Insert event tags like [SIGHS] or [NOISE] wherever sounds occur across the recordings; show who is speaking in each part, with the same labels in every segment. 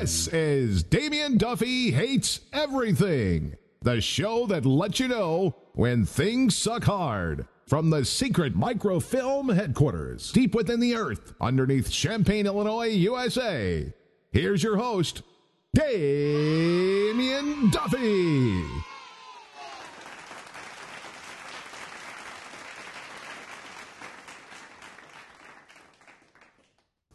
Speaker 1: is Damien Duffy Hates Everything, the show that lets you know when things suck hard. From the secret microfilm headquarters, deep within the earth, underneath Champaign, Illinois, USA, here's your host, Damien Duffy.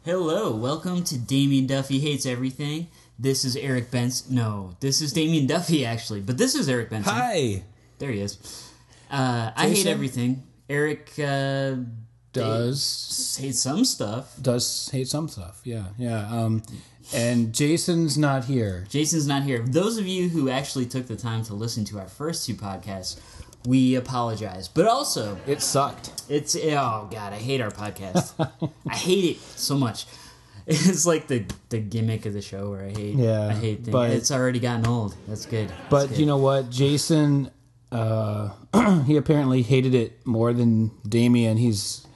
Speaker 2: Hello, welcome to Damien Duffy Hates Everything. This is Eric Benson. No, this is Damien Duffy, actually, but this is Eric Benson.
Speaker 3: Hi.
Speaker 2: There he is. Uh, I hate
Speaker 3: Jason?
Speaker 2: everything. Eric uh,
Speaker 3: Does
Speaker 2: hates some stuff.
Speaker 3: does hate some stuff. Yeah, yeah. Um, and Jason's not here.
Speaker 2: Jason's not here. Those of you who actually took the time to listen to our first two podcasts, we apologize. But also,
Speaker 3: It sucked.
Speaker 2: It's oh god, I hate our
Speaker 3: [LAUGHS]
Speaker 2: podcast. I hate it so much. It's like the the gimmick of the show where I hate
Speaker 3: Yeah,
Speaker 2: I hate things.
Speaker 3: but-
Speaker 2: it's already gotten old. That's good.
Speaker 3: But you know what? Jason, uh, [CLEARS THROAT] he apparently hated it more than Damien. He's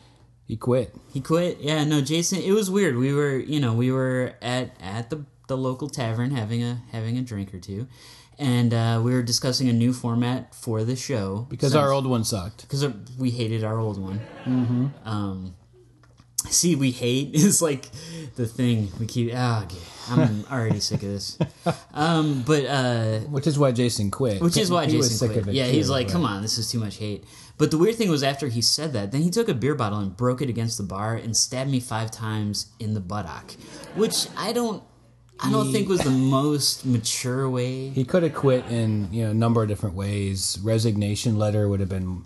Speaker 3: he quit.
Speaker 2: He quit. Yeah, no, Jason. It was weird. We were, you know, we were at at the the local tavern having a having a drink or two, and uh, we were discussing a new format for the show
Speaker 3: because our old one sucked.
Speaker 2: because we hated our old one. Mm-hmm. Um, see, we hate [LAUGHS] is like the thing we keep. Oh, g-
Speaker 3: [LAUGHS]
Speaker 2: I'm already sick of this. Um, but uh,
Speaker 3: Which is why Jason quit.
Speaker 2: which is why
Speaker 3: He
Speaker 2: Jason
Speaker 3: was sick
Speaker 2: quit.
Speaker 3: of it.
Speaker 2: yeah,
Speaker 3: too,
Speaker 2: he's like,
Speaker 3: but-
Speaker 2: come on, this is too much hate. But the weird thing was after he said that, then he took a beer bottle and broke it against the bar and stabbed me five times in the buttock, which I don't. I don't think was the most mature way.
Speaker 3: He could have quit in you know a number of different ways. Resignation letter would have been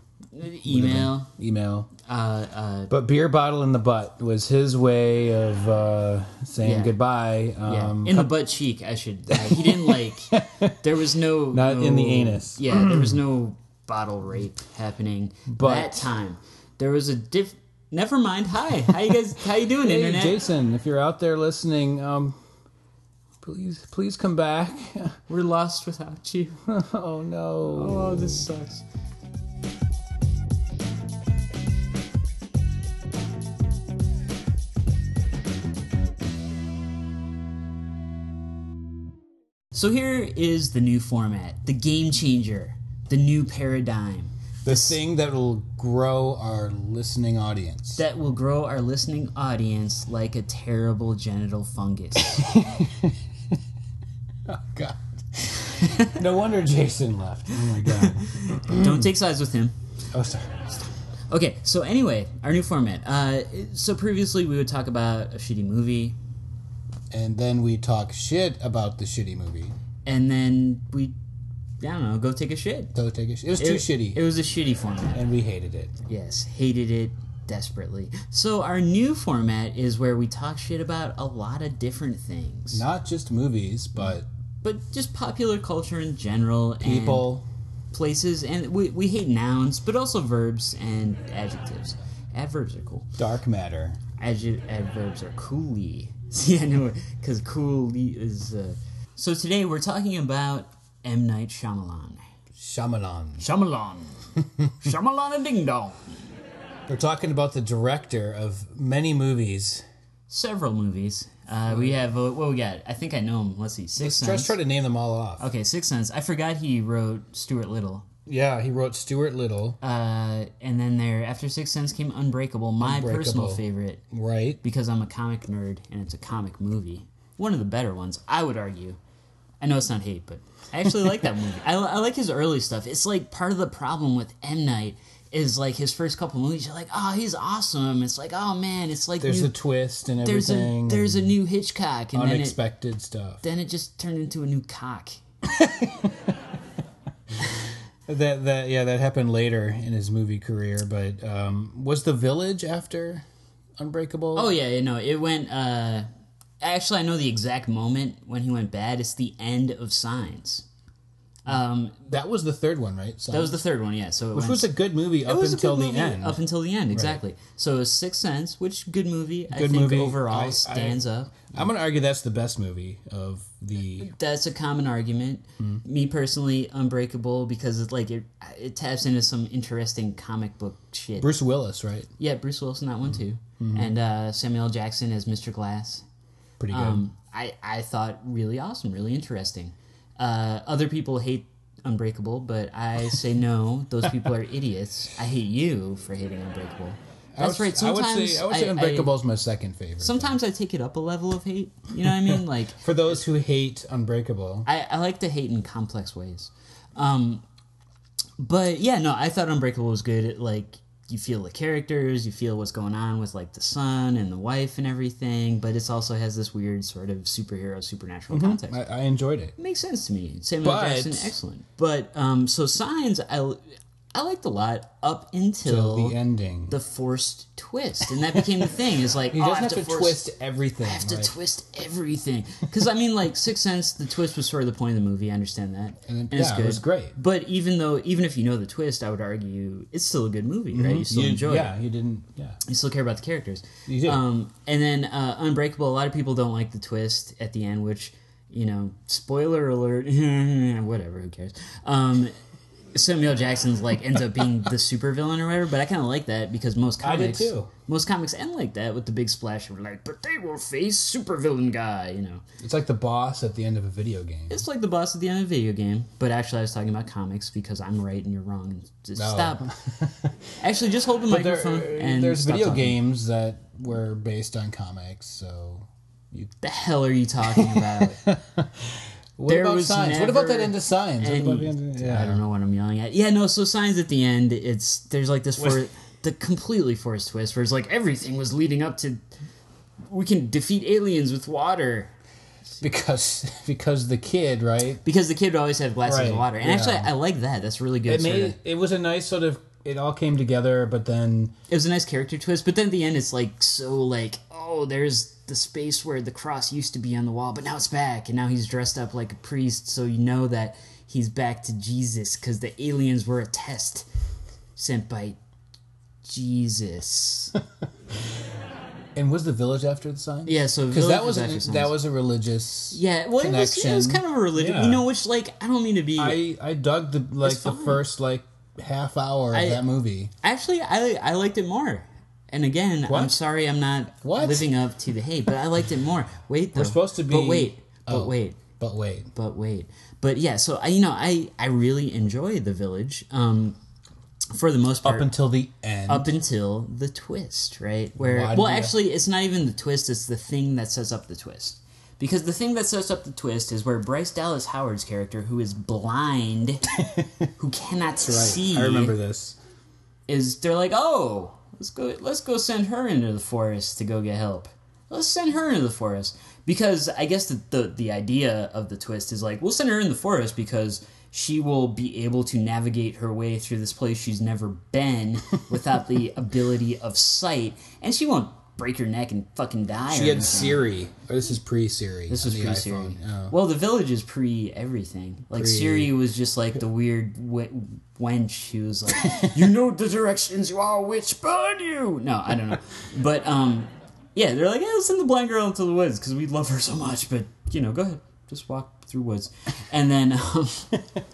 Speaker 2: Email.
Speaker 3: email. Uh, uh, but beer bottle in the butt was his way of uh, saying
Speaker 2: Yeah.
Speaker 3: goodbye. Um,
Speaker 2: yeah. in the butt cheek. I should. I- he didn't
Speaker 3: [LAUGHS]
Speaker 2: like. There was no
Speaker 3: Not in the
Speaker 2: no-
Speaker 3: anus.
Speaker 2: Yeah, there
Speaker 3: [CLEARS THROAT]
Speaker 2: was no bottle rape happening
Speaker 3: But-
Speaker 2: that time. There was a diff. Never mind. Hi, how you guys? How you doing,
Speaker 3: Hey,
Speaker 2: internet?
Speaker 3: Jason, if you're out there listening, um, please, please come back. [LAUGHS]
Speaker 2: We're lost without you.
Speaker 3: oh no.
Speaker 2: Oh, this sucks. So here is the new format, the game changer, the new paradigm
Speaker 3: The thing that will grow our listening audience.
Speaker 2: that will grow our listening audience like a terrible genital [COUGHS] fungus.
Speaker 3: God. [LAUGHS] no wonder Jason left. Oh my god.
Speaker 2: Don't take sides with him.
Speaker 3: [LAUGHS] Oh sorry.
Speaker 2: Okay, so anyway, our new format. Uh, so previously we would talk about a shitty movie,
Speaker 3: And then we talk shit about the shitty movie.
Speaker 2: and then we, I don't know, go take a shit.
Speaker 3: Go take a sh- It was too
Speaker 2: it,
Speaker 3: shitty,
Speaker 2: It was a shitty format.
Speaker 3: and we hated it.
Speaker 2: Yes, hated it desperately. So our new format is where we talk shit about a lot of different things,
Speaker 3: Not just movies, but
Speaker 2: but just popular culture in general, and
Speaker 3: people.
Speaker 2: places, and we we hate nouns, but also verbs and adjectives. Adverbs are cool.
Speaker 3: Dark matter.
Speaker 2: Adju- adverbs are coolie. [LAUGHS] See, I know because coolie is. Uh... So today we're talking about M Night Shyamalan.
Speaker 3: Shyamalan.
Speaker 2: Shyamalan. [LAUGHS] Shyamalan a ding dong.
Speaker 3: We're talking about the director of many movies.
Speaker 2: several movies. Uh, we have uh, what we got. I think I know him. Let's see, Six
Speaker 3: Let's
Speaker 2: Sense.
Speaker 3: try to name them all off.
Speaker 2: okay, Six Sense. I forgot he wrote Stuart Little.
Speaker 3: Yeah, he wrote Stuart Little,
Speaker 2: Uh, and then there, after Six Sense came Unbreakable, my personal
Speaker 3: Unbreakable.
Speaker 2: favorite
Speaker 3: right?
Speaker 2: because I'm a comic nerd and it's a comic movie. One of the better ones, I would argue. I know it's not hate, but I actually like
Speaker 3: [LAUGHS]
Speaker 2: that movie. I, I like his early stuff. It's like part of the problem with M Night is like his first couple movies. You're like, oh, he's awesome. It's like, oh man, it's like
Speaker 3: There's
Speaker 2: new-
Speaker 3: a twist and
Speaker 2: there's a
Speaker 3: everything.
Speaker 2: there's a new Hitchcock, and then it,
Speaker 3: unexpected stuff.
Speaker 2: then it just turned into a new cock.
Speaker 3: That that yeah, that happened later in his movie career. But um, was The Village after Unbreakable?
Speaker 2: Oh yeah, you know, it went uh actually I know the exact moment when he went bad. It's the end of Signs. Um
Speaker 3: that was the third one, right? So
Speaker 2: that was the third one, yeah. So it
Speaker 3: which
Speaker 2: went,
Speaker 3: was a good movie up
Speaker 2: it was a
Speaker 3: until
Speaker 2: good
Speaker 3: the
Speaker 2: movie
Speaker 3: end.
Speaker 2: Up until the end, exactly. So Sixth Sense, which good movie, I
Speaker 3: Good
Speaker 2: think
Speaker 3: movie.
Speaker 2: overall
Speaker 3: I- I-
Speaker 2: stands up.
Speaker 3: I'm gonna argue that's the best movie of the.
Speaker 2: That's a common argument.
Speaker 3: Mm-hmm.
Speaker 2: Me personally, Unbreakable because it's like it it taps into some interesting comic book shit.
Speaker 3: Bruce Willis, right? Mm-hmm.
Speaker 2: Yeah, Bruce Willis in that one too, and uh, Samuel L. Jackson as Mr. Glass.
Speaker 3: Pretty good.
Speaker 2: um, I, I thought really awesome, really interesting. Uh, other people hate Unbreakable, but I say no, those people are idiots. I hate you for hating Unbreakable.
Speaker 3: I
Speaker 2: That's
Speaker 3: would-
Speaker 2: right. Sometimes
Speaker 3: I would say, I would say
Speaker 2: I-
Speaker 3: Unbreakable is my second favorite.
Speaker 2: sometimes I take it up a level of hate. You know what I mean? [LAUGHS] Like
Speaker 3: For those who hate Unbreakable,
Speaker 2: I, I like to hate in complex ways. Um, but yeah, no, I thought Unbreakable was good. It, like you feel the characters, you feel what's going on with like the son and the wife and everything, but it also has this weird sort of superhero supernatural context.
Speaker 3: I, I enjoyed it.
Speaker 2: Makes sense to me. Samuel
Speaker 3: But-
Speaker 2: Jackson, excellent. But um, so signs, I I liked a lot up until
Speaker 3: Till the ending.
Speaker 2: the forced twist, and that became the thing. Is like
Speaker 3: [LAUGHS] he
Speaker 2: oh, I
Speaker 3: doesn't have, to,
Speaker 2: force-
Speaker 3: twist everything.
Speaker 2: have to
Speaker 3: like-
Speaker 2: twist everything because I mean, like Sixth Sense, the twist was sort of the point of the movie. I understand that,
Speaker 3: And then-
Speaker 2: it's
Speaker 3: yeah, it was great.
Speaker 2: But even though, even if you know the twist, I would argue it's still a good movie, right? You still
Speaker 3: Mm-hmm. you,
Speaker 2: enjoy it.
Speaker 3: yeah, you didn't. Yeah,
Speaker 2: You still care about the characters.
Speaker 3: You do.
Speaker 2: Um, and then uh, Unbreakable. A lot of people don't like the twist at the end, which you know, spoiler alert. [LAUGHS] whatever, who cares? Um, Samuel Jackson's like ends up being the supervillain or whatever, but I kind of like that because most
Speaker 3: I did
Speaker 2: comics,
Speaker 3: too.
Speaker 2: most comics end like that with the big splash of like, but they will face supervillain guy, you know.
Speaker 3: it's like the boss at the end of a video game.
Speaker 2: It's like the boss at the end of a video game, but actually I was talking about comics because I'm right and you're wrong. Just
Speaker 3: No. [LAUGHS]
Speaker 2: stop. actually, just hold the
Speaker 3: Oh. But there, uh,
Speaker 2: microphone and
Speaker 3: there's
Speaker 2: stop
Speaker 3: video
Speaker 2: talking.
Speaker 3: games that were based on comics. So
Speaker 2: The hell are you talking about?
Speaker 3: [LAUGHS] what
Speaker 2: There
Speaker 3: about
Speaker 2: was
Speaker 3: signs? what about that
Speaker 2: never
Speaker 3: end of signs? What
Speaker 2: And-
Speaker 3: about the end of-
Speaker 2: I don't know what I'm yelling at. Yeah, no. So signs at the end, it's there's like this for the completely forced twist where it's like everything was leading up to we can defeat aliens with water
Speaker 3: because [LAUGHS] because the kid right.
Speaker 2: because the kid would always have glasses
Speaker 3: Right,
Speaker 2: of water. And
Speaker 3: yeah.
Speaker 2: actually, I like that. That's really good.
Speaker 3: It
Speaker 2: sorta.
Speaker 3: made it was a nice sort of it all came together, but then
Speaker 2: it was a nice character twist, but then at the end, it's like so like oh, there's the space where the cross used to be on the wall, but now it's back, and now he's dressed up like a priest, so you know that he's back to Jesus because the aliens were a test sent by Jesus.
Speaker 3: and was the village after the signs?
Speaker 2: Yeah,
Speaker 3: [LAUGHS]
Speaker 2: so
Speaker 3: because that
Speaker 2: Village
Speaker 3: was
Speaker 2: actually
Speaker 3: a, that
Speaker 2: sounds-
Speaker 3: was a religious
Speaker 2: yeah. Well, it was, it was
Speaker 3: connection.
Speaker 2: kind of a religion,
Speaker 3: Yeah.
Speaker 2: you know, which like I don't mean to be.
Speaker 3: I I dug the like
Speaker 2: It's
Speaker 3: the
Speaker 2: fine.
Speaker 3: first like half hour of
Speaker 2: I-
Speaker 3: that movie.
Speaker 2: actually, I I liked it more. And again, I'm
Speaker 3: What?
Speaker 2: sorry, I'm not
Speaker 3: What?
Speaker 2: living up to the hate, but I liked it more. Wait, though. we're
Speaker 3: supposed to be-
Speaker 2: But wait,
Speaker 3: Oh.
Speaker 2: but wait,
Speaker 3: But wait,
Speaker 2: but wait, but yeah. So I, you know, I I really enjoy the village. Um, for the most part,
Speaker 3: up until the end.
Speaker 2: up until the twist, right? Where
Speaker 3: Why do
Speaker 2: well,
Speaker 3: you-
Speaker 2: actually, it's not even the twist; it's the thing that sets up the twist. Because the thing that sets up the twist is where Bryce Dallas Howard's character, who is
Speaker 3: [LAUGHS]
Speaker 2: blind, who cannot see,
Speaker 3: I remember this.
Speaker 2: is they're like, "Oh, let's go, let's go send her into the forest to go get help. Let's send her into the forest because I guess the the, the idea of the twist is like, we'll send her in the forest because." She will be able to navigate her way through this place she's never been without
Speaker 3: [LAUGHS]
Speaker 2: the ability of sight, and she won't break her neck and fucking die. or
Speaker 3: She had
Speaker 2: anything.
Speaker 3: Siri. Or this is pre Siri.
Speaker 2: This was pre Siri.
Speaker 3: Oh.
Speaker 2: Well, the village is pre everything. Like Siri was just like the weird w- wench who was like, "You know the directions, you are a witch, burn you." No, I don't know, but um, yeah, they're like, "Yeah, let's send the blind girl into the woods because we love her so much." But you know, go ahead, just walk through woods, and then. Um, [LAUGHS]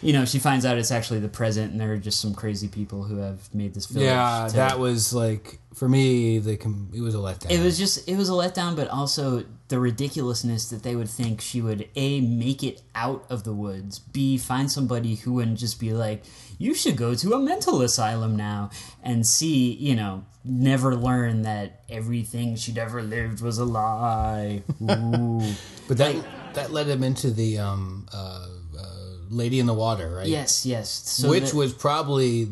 Speaker 2: You know, she finds out it's actually the present, and there are just some crazy people who have made this village.
Speaker 3: Yeah,
Speaker 2: to-
Speaker 3: that was like for me. The com- it was a letdown.
Speaker 2: it was just it was a letdown but also the ridiculousness that they would think she would a make it out of the woods b find somebody who wouldn't just be like you should go to a mental asylum now and c you know never learn that everything she'd ever lived was a
Speaker 3: [LAUGHS]
Speaker 2: lie Ooh.
Speaker 3: but that that led him into the um, uh, uh, Lady in the Water, right?
Speaker 2: yes yes so
Speaker 3: Which
Speaker 2: that-
Speaker 3: was probably.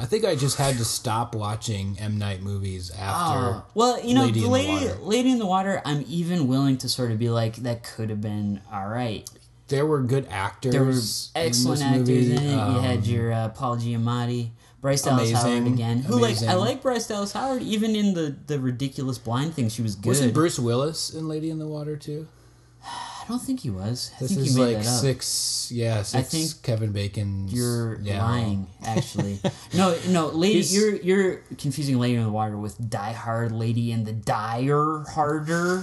Speaker 3: I think I just had to stop watching M Night movies after.
Speaker 2: uh, well, you know,
Speaker 3: Lady
Speaker 2: the
Speaker 3: in the
Speaker 2: lady,
Speaker 3: Water.
Speaker 2: lady in the water. I'm even willing to sort of be like, that could have been all right.
Speaker 3: there were good actors.
Speaker 2: There were
Speaker 3: in
Speaker 2: excellent
Speaker 3: this
Speaker 2: actors
Speaker 3: movie.
Speaker 2: in it. you
Speaker 3: Um,
Speaker 2: had your uh, Paul Giamatti, Bryce Dallas
Speaker 3: Amazing,
Speaker 2: Howard again. Who
Speaker 3: amazing.
Speaker 2: like I like Bryce Dallas Howard even in the the ridiculous blind thing she was good.
Speaker 3: Wasn't Bruce Willis in Lady in the Water too?
Speaker 2: I don't think he was. I
Speaker 3: This
Speaker 2: think
Speaker 3: is
Speaker 2: you made
Speaker 3: like
Speaker 2: that up.
Speaker 3: six. Yeah, six.
Speaker 2: think
Speaker 3: Kevin Bacon's.
Speaker 2: You're
Speaker 3: yeah.
Speaker 2: lying,
Speaker 3: [LAUGHS]
Speaker 2: actually. no, no, lady,
Speaker 3: He's-
Speaker 2: you're you're confusing Lady in the Water with Die Hard Lady and the Dire
Speaker 3: [LAUGHS]
Speaker 2: Harder,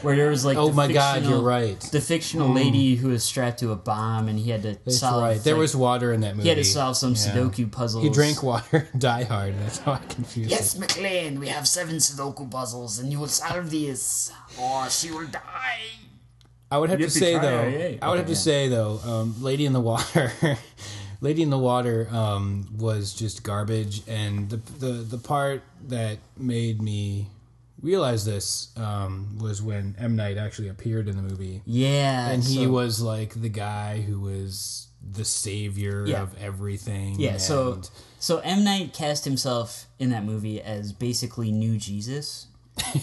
Speaker 2: where there was like
Speaker 3: Oh
Speaker 2: the
Speaker 3: my God,
Speaker 2: fictional-
Speaker 3: you're right. Mm.
Speaker 2: the fictional lady who was strapped to a bomb and he had to
Speaker 3: That's
Speaker 2: solve
Speaker 3: right. There
Speaker 2: like,
Speaker 3: was water in that movie.
Speaker 2: he had to solve some
Speaker 3: Yeah.
Speaker 2: Sudoku puzzles.
Speaker 3: He drank water. [LAUGHS] Die Hard. That's how I confused
Speaker 2: Yes,
Speaker 3: it.
Speaker 2: McLean, we have seven Sudoku puzzles, and you will solve these, or she will die.
Speaker 3: I would have to
Speaker 2: Yippee
Speaker 3: say though.
Speaker 2: ki-yay.
Speaker 3: I
Speaker 2: Okay,
Speaker 3: would have to
Speaker 2: yeah.
Speaker 3: say though. Um, Lady in the Water. [LAUGHS] Lady in the Water um, was just garbage, and the, the the part that made me realize this um, was when M Night actually appeared in the movie.
Speaker 2: Yeah,
Speaker 3: and he
Speaker 2: so-
Speaker 3: was like the guy who was the savior
Speaker 2: Yeah.
Speaker 3: of everything.
Speaker 2: Yeah, so
Speaker 3: and- [LAUGHS]
Speaker 2: so M Night cast himself in that movie as basically new Jesus,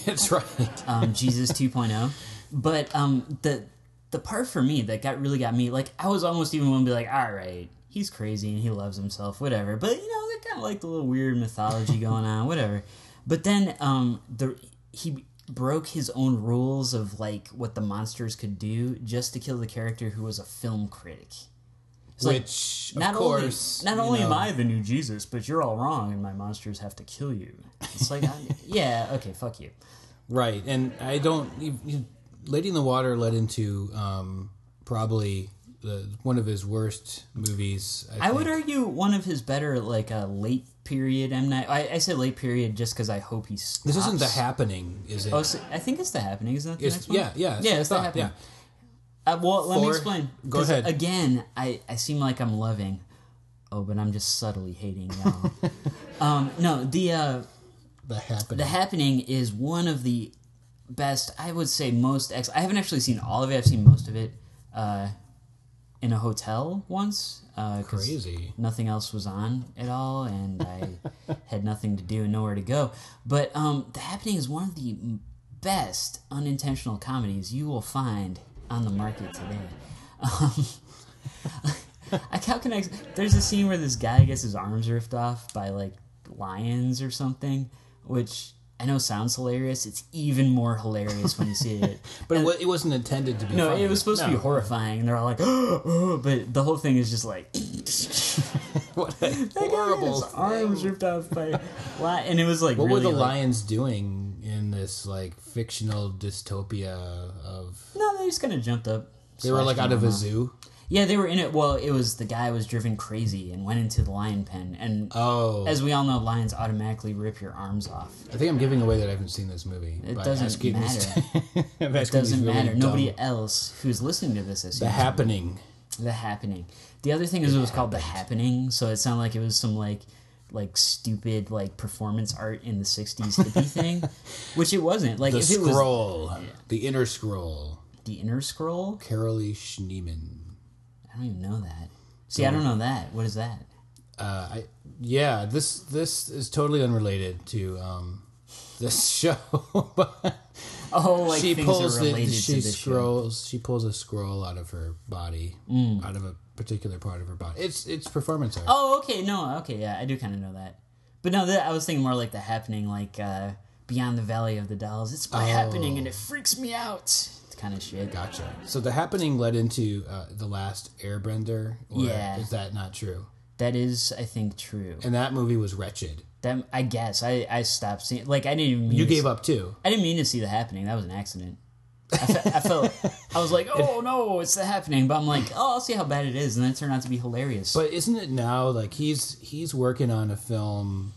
Speaker 3: that's right.
Speaker 2: um,
Speaker 3: [LAUGHS]
Speaker 2: Jesus 2.0. But um, the the part for me that got really got me, like I was almost even one to be like, all right, he's crazy and he loves himself, whatever. But you know, they kind of like the little weird mythology going
Speaker 3: [LAUGHS]
Speaker 2: on, whatever. But then um, the he broke his own rules of like what the monsters could do just to kill the character who was a film critic. It's like,
Speaker 3: Which
Speaker 2: not
Speaker 3: of course,
Speaker 2: only not
Speaker 3: you
Speaker 2: only am
Speaker 3: know,
Speaker 2: I the new Jesus, but you're all wrong, and my monsters have to kill you. It's
Speaker 3: [LAUGHS]
Speaker 2: like, I- yeah, okay, fuck you.
Speaker 3: right, and I don't. You, you, Lady in the Water led into um, probably the, one of his worst movies. I,
Speaker 2: I would
Speaker 3: think.
Speaker 2: argue one of his better, like a late period M Night. I, I say late period just because I hope he stops.
Speaker 3: This isn't the happening, is it?
Speaker 2: Oh, so- I think it's the happening. Isn't that the next
Speaker 3: It's-
Speaker 2: one?
Speaker 3: yeah, yeah,
Speaker 2: yeah.
Speaker 3: I
Speaker 2: It's the
Speaker 3: thought,
Speaker 2: happening. Uh, well, let me
Speaker 3: Four-
Speaker 2: explain.
Speaker 3: go
Speaker 2: 'Cause
Speaker 3: ahead.
Speaker 2: Again, I, I seem like I'm loving. Oh, but I'm just subtly hating
Speaker 3: [LAUGHS]
Speaker 2: y'all. um, no, the uh,
Speaker 3: The happening.
Speaker 2: The Happening is one of the best, I would say most. Ex- I haven't actually seen all of it. I've seen most of it uh, in a hotel once. Uh, 'cause
Speaker 3: Crazy.
Speaker 2: Nothing else was on at all, and I had nothing to do and nowhere to go. But um, The Happening is one of the m- best unintentional comedies you will find on the market today. Um, [LAUGHS] like how can I? There's a scene where this guy gets his arms ripped off by like lions or something, which I know sounds hilarious. It's even more hilarious when you see it.
Speaker 3: but it, wa- it wasn't intended to be.
Speaker 2: No,
Speaker 3: funny.
Speaker 2: it was supposed to be
Speaker 3: No.
Speaker 2: horrifying. and They're all like, [GASPS] "Oh," but the whole thing is just like
Speaker 3: [LAUGHS]
Speaker 2: [LAUGHS]
Speaker 3: What a
Speaker 2: his
Speaker 3: horrible.
Speaker 2: arms ripped off by li and it was like
Speaker 3: What
Speaker 2: really
Speaker 3: were the
Speaker 2: like-
Speaker 3: lions doing in this like fictional dystopia of?
Speaker 2: No, they just kind of jumped up.
Speaker 3: They were like out of a zoo.
Speaker 2: Yeah, they were in it. Well, it was the guy was driven crazy and went into the lion pen, and
Speaker 3: Oh,
Speaker 2: as we all know, lions automatically rip your arms off.
Speaker 3: I think I'm giving away that I haven't seen this movie.
Speaker 2: It doesn't matter.
Speaker 3: [LAUGHS] it
Speaker 2: doesn't matter. Nobody else who's listening to this is
Speaker 3: The happening.
Speaker 2: the happening. The other thing is it was called the happening, so it sounded like it was some like like stupid like performance art in the '60s
Speaker 3: [LAUGHS]
Speaker 2: hippie thing, which it wasn't. Like
Speaker 3: The
Speaker 2: if it was
Speaker 3: scroll. The inner scroll.
Speaker 2: the inner scroll,
Speaker 3: Carol E. Schneeman.
Speaker 2: I don't even know that. See, I don't know that. What is that?
Speaker 3: Uh, I, yeah, this this is totally unrelated to um, this [LAUGHS] show. but
Speaker 2: Oh, like
Speaker 3: she
Speaker 2: things
Speaker 3: pulls
Speaker 2: are related
Speaker 3: the
Speaker 2: to
Speaker 3: she
Speaker 2: the show.
Speaker 3: scrolls she pulls a scroll out of her body,
Speaker 2: Mm.
Speaker 3: out of a particular part of her body. It's it's performance art.
Speaker 2: Oh, okay. No, okay. Yeah, I do kind of know that. But no, that, I was thinking more like the happening, like uh, Beyond the Valley of the Dolls. It's my happening,
Speaker 3: Oh.
Speaker 2: and it freaks me out. It's kind of shit.
Speaker 3: Gotcha. So the happening led into uh, the last Airbender. Or
Speaker 2: Yeah.
Speaker 3: Is that not true?
Speaker 2: That is, I think, true.
Speaker 3: And that movie was wretched.
Speaker 2: That I guess I, I stopped seeing. Like I didn't. Even mean
Speaker 3: You
Speaker 2: to
Speaker 3: gave
Speaker 2: see-
Speaker 3: up too.
Speaker 2: I didn't mean to see the happening. That was an accident. I, fe- I
Speaker 3: [LAUGHS]
Speaker 2: felt. I was like, oh no, it's the happening. But I'm like, oh, I'll see how bad it is, and then it turned out to be hilarious.
Speaker 3: But isn't it now like he's he's working on a film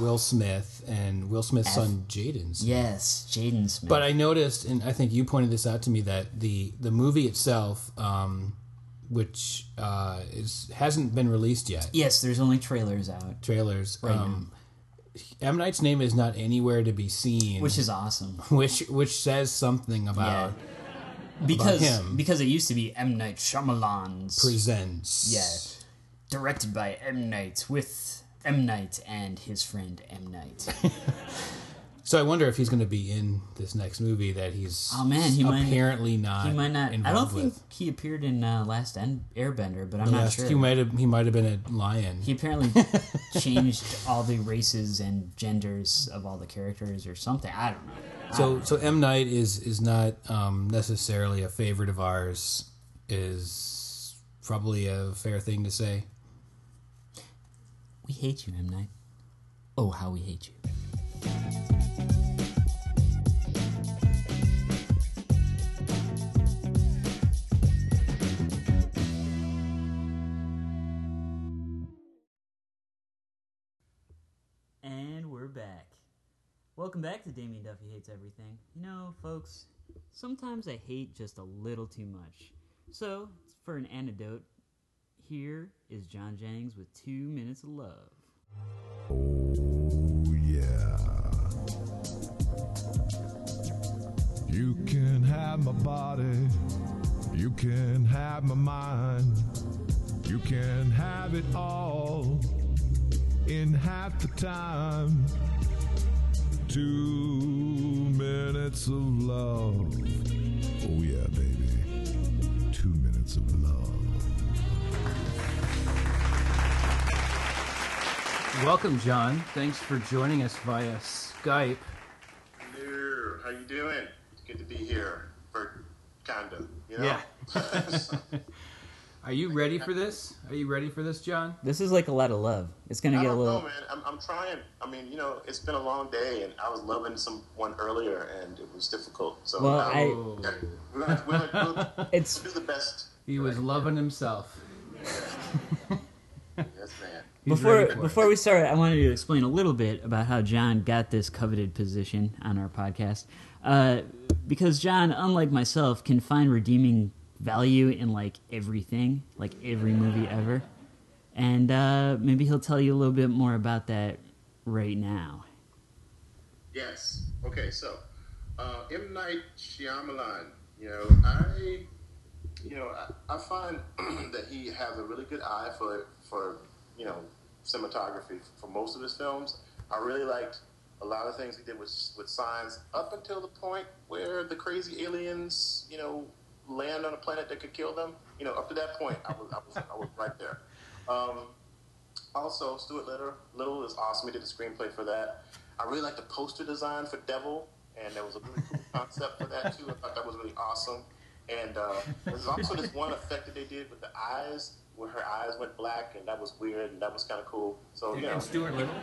Speaker 2: [SIGHS]
Speaker 3: Will Smith and Will Smith's son Jaden. Smith.
Speaker 2: yes, Jaden Smith.
Speaker 3: But uh, I noticed, and I think you pointed this out to me that the the movie itself, um, which uh, is hasn't been released yet,
Speaker 2: yes, there's only trailers out,
Speaker 3: trailers. um, M Night's name is not anywhere to be seen,
Speaker 2: which is awesome
Speaker 3: [LAUGHS] which which says something about
Speaker 2: because
Speaker 3: him.
Speaker 2: because it used to be M Night Shyamalan's
Speaker 3: presents.
Speaker 2: Yeah. directed by M Night with M Night and his friend M
Speaker 3: [LAUGHS]
Speaker 2: Night.
Speaker 3: So I wonder if he's going to be in this next movie that he's
Speaker 2: Oh, man, he might-
Speaker 3: apparently not.
Speaker 2: He might not. I don't
Speaker 3: involved
Speaker 2: think
Speaker 3: with.
Speaker 2: he appeared in uh, Last End Airbender, but I'm not
Speaker 3: Yes,
Speaker 2: sure.
Speaker 3: He might have. He might have been a lion.
Speaker 2: He apparently changed all the races and genders of all the characters or something. I don't know.
Speaker 3: So so M Night is is not um, necessarily a favorite of ours. Is probably a fair thing to say.
Speaker 2: We hate you, M Night. Oh, how we hate you. And we're back. Welcome back to Damien Duffy Hates Everything. You know, folks, sometimes I hate just a little too much. So, for an antidote, here is John Jennings with Two Minutes of Love.
Speaker 1: Oh, Yeah. You can have my body. You can have my mind. You can have it all in half the time. Two minutes of love. Oh, yeah, baby. Two minutes of love.
Speaker 3: Welcome, John. Thanks for joining us via Skype.
Speaker 4: Hello, how you doing? It's good to be here, for kinda, you know? [LAUGHS]
Speaker 2: [LAUGHS]
Speaker 3: Are you ready for this? Are you ready for this, John?
Speaker 2: This is like a lot of love. It's going to
Speaker 4: I
Speaker 2: get a
Speaker 4: don't
Speaker 2: little.
Speaker 4: know, man. I'm, I'm trying. I mean, you know, it's been a long day, and I was loving someone earlier, and it was difficult. So
Speaker 2: Well,
Speaker 4: now-
Speaker 2: I-
Speaker 3: Oh,
Speaker 4: we'll, we'll, we'll
Speaker 2: [LAUGHS] It's
Speaker 4: do the best.
Speaker 3: he was loving himself.
Speaker 4: Yes, man.
Speaker 2: Before
Speaker 3: ready for it.
Speaker 2: before we start, I wanted to explain a little bit about how John got this coveted position on our podcast. Uh, because John, unlike myself, can find redeeming value in like everything, like every movie ever. And uh, maybe he'll tell you a little bit more about that right now.
Speaker 4: Yes. Okay. So, uh, M Night Shyamalan. You know, I, you know, I, I find [CLEARS THROAT] that he has a really good eye for for you know cinematography for most of his films. I really liked a lot of things he did with with signs up until the point where the crazy aliens, you know, land on a planet that could kill them. You know, up to that point, I was I was, I was right there. Um, also, Stuart Little, Little is awesome. He did the screenplay for that. I really like the poster design for Devil, and there was a really cool concept for that too. I thought that was really awesome. And uh, there's also this one effect that they did with the eyes, where her eyes went black, and that was weird, and that was kind of cool. So you know,
Speaker 3: Stuart Little.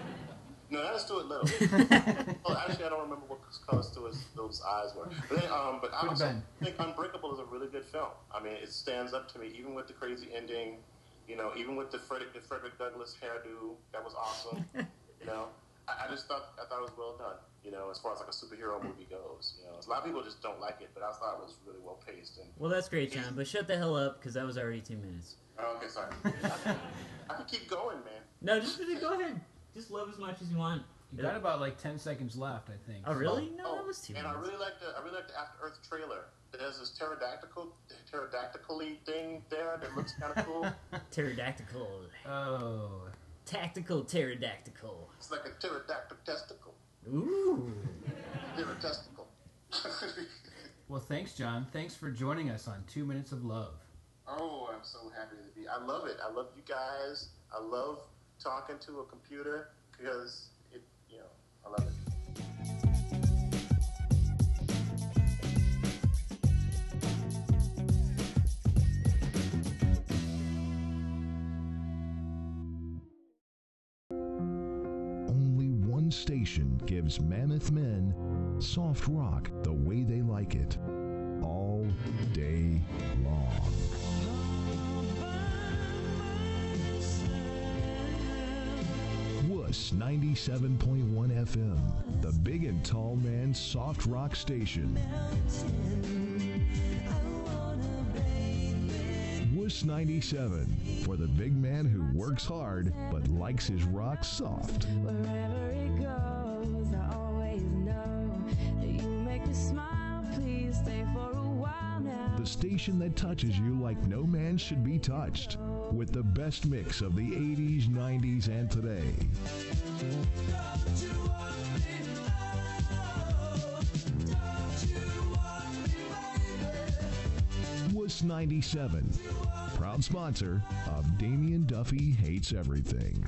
Speaker 4: no, that was Stuart Little. well, actually, I don't remember what color Stuart's those eyes were. But, then, um, but I
Speaker 3: Would've
Speaker 4: also
Speaker 3: been.
Speaker 4: think Unbreakable is a really good film. I mean, it stands up to me, even with the crazy ending. You know, even with the Frederick, the Frederick Douglass hairdo, that was awesome. you know, I, I just thought I thought it was well done. You know, as far as like a superhero movie goes, you know, a lot of people just don't like it, but I thought it was really well paced and
Speaker 2: Well, that's great, John. But shut the hell up, because that was already two minutes.
Speaker 4: oh, okay, sorry. I, could- I could keep going, man.
Speaker 2: No, just go ahead. Just love as much as you want.
Speaker 3: You got about like ten seconds left, I think.
Speaker 2: Oh, really? No,
Speaker 4: Oh,
Speaker 2: that was two
Speaker 4: and
Speaker 2: minutes.
Speaker 4: I really like the I really like the After Earth trailer. There's this pterodactyl pterodactyly thing there that looks
Speaker 2: [LAUGHS]
Speaker 4: kind of cool.
Speaker 2: Pterodactyl.
Speaker 3: Oh,
Speaker 2: Tactical pterodactyl.
Speaker 4: It's like a pterodactyl testicle.
Speaker 2: Ooh.
Speaker 4: Pterodactyl. [LAUGHS]
Speaker 3: well, thanks, John. Thanks for joining us on Two Minutes of Love.
Speaker 4: oh, I'm so happy to be. I love it. I love you guys. I love talking to a computer because it, you know, I love it.
Speaker 1: Only one station gives Mammoth Men soft rock the way they like it all day long. Wuss 97.1 FM, the big and tall man soft rock station. Wuss 97 for the big man who works hard but likes his rock soft.
Speaker 5: Wherever it goes, I always know that you make me smile. Please stay for a while now.
Speaker 1: The station that touches you like no man should be touched, with the best mix of the 80s, 90s, and today. Was 97, proud sponsor of Damien Duffy Hates Everything.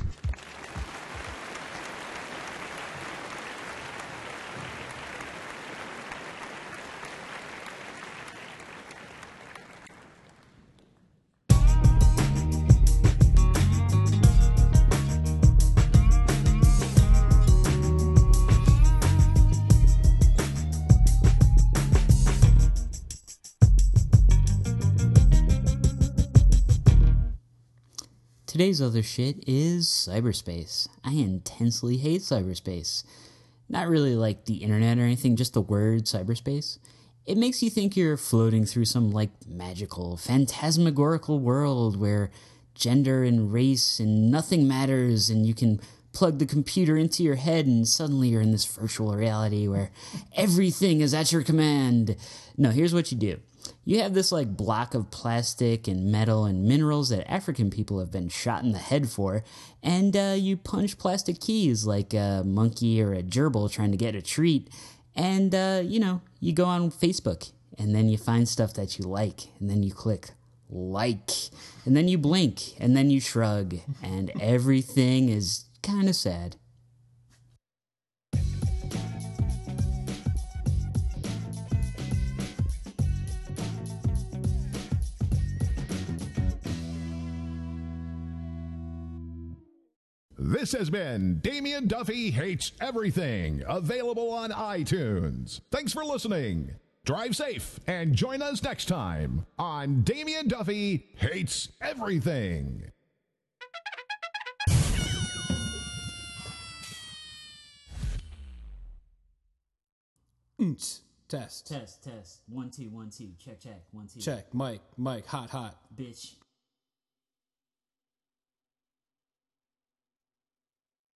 Speaker 2: Today's other shit is cyberspace. I intensely hate cyberspace. Not really like the internet or anything, just the word cyberspace. It makes you think you're floating through some like magical, phantasmagorical world where gender and race and nothing matters and you can plug the computer into your head and suddenly you're in this virtual reality where everything is at your command. No, here's what you do. You have this like block of plastic and metal and minerals that African people have been shot in the head for, and uh, you punch plastic keys like a monkey or a gerbil trying to get a treat, and uh, you know, you go on Facebook and then you find stuff that you like, and then you click like, and then you blink, and then you shrug, [LAUGHS] and everything is kind of sad.
Speaker 1: This has been Damien Duffy Hates Everything, available on iTunes. Thanks for listening. Drive safe and join us next time on Damien Duffy Hates Everything.
Speaker 3: Oots. Test.
Speaker 2: Test, test. One, two, one, two. Check, check. One, two.
Speaker 3: Check. Mike. Mike. Hot. Hot.
Speaker 2: Bitch.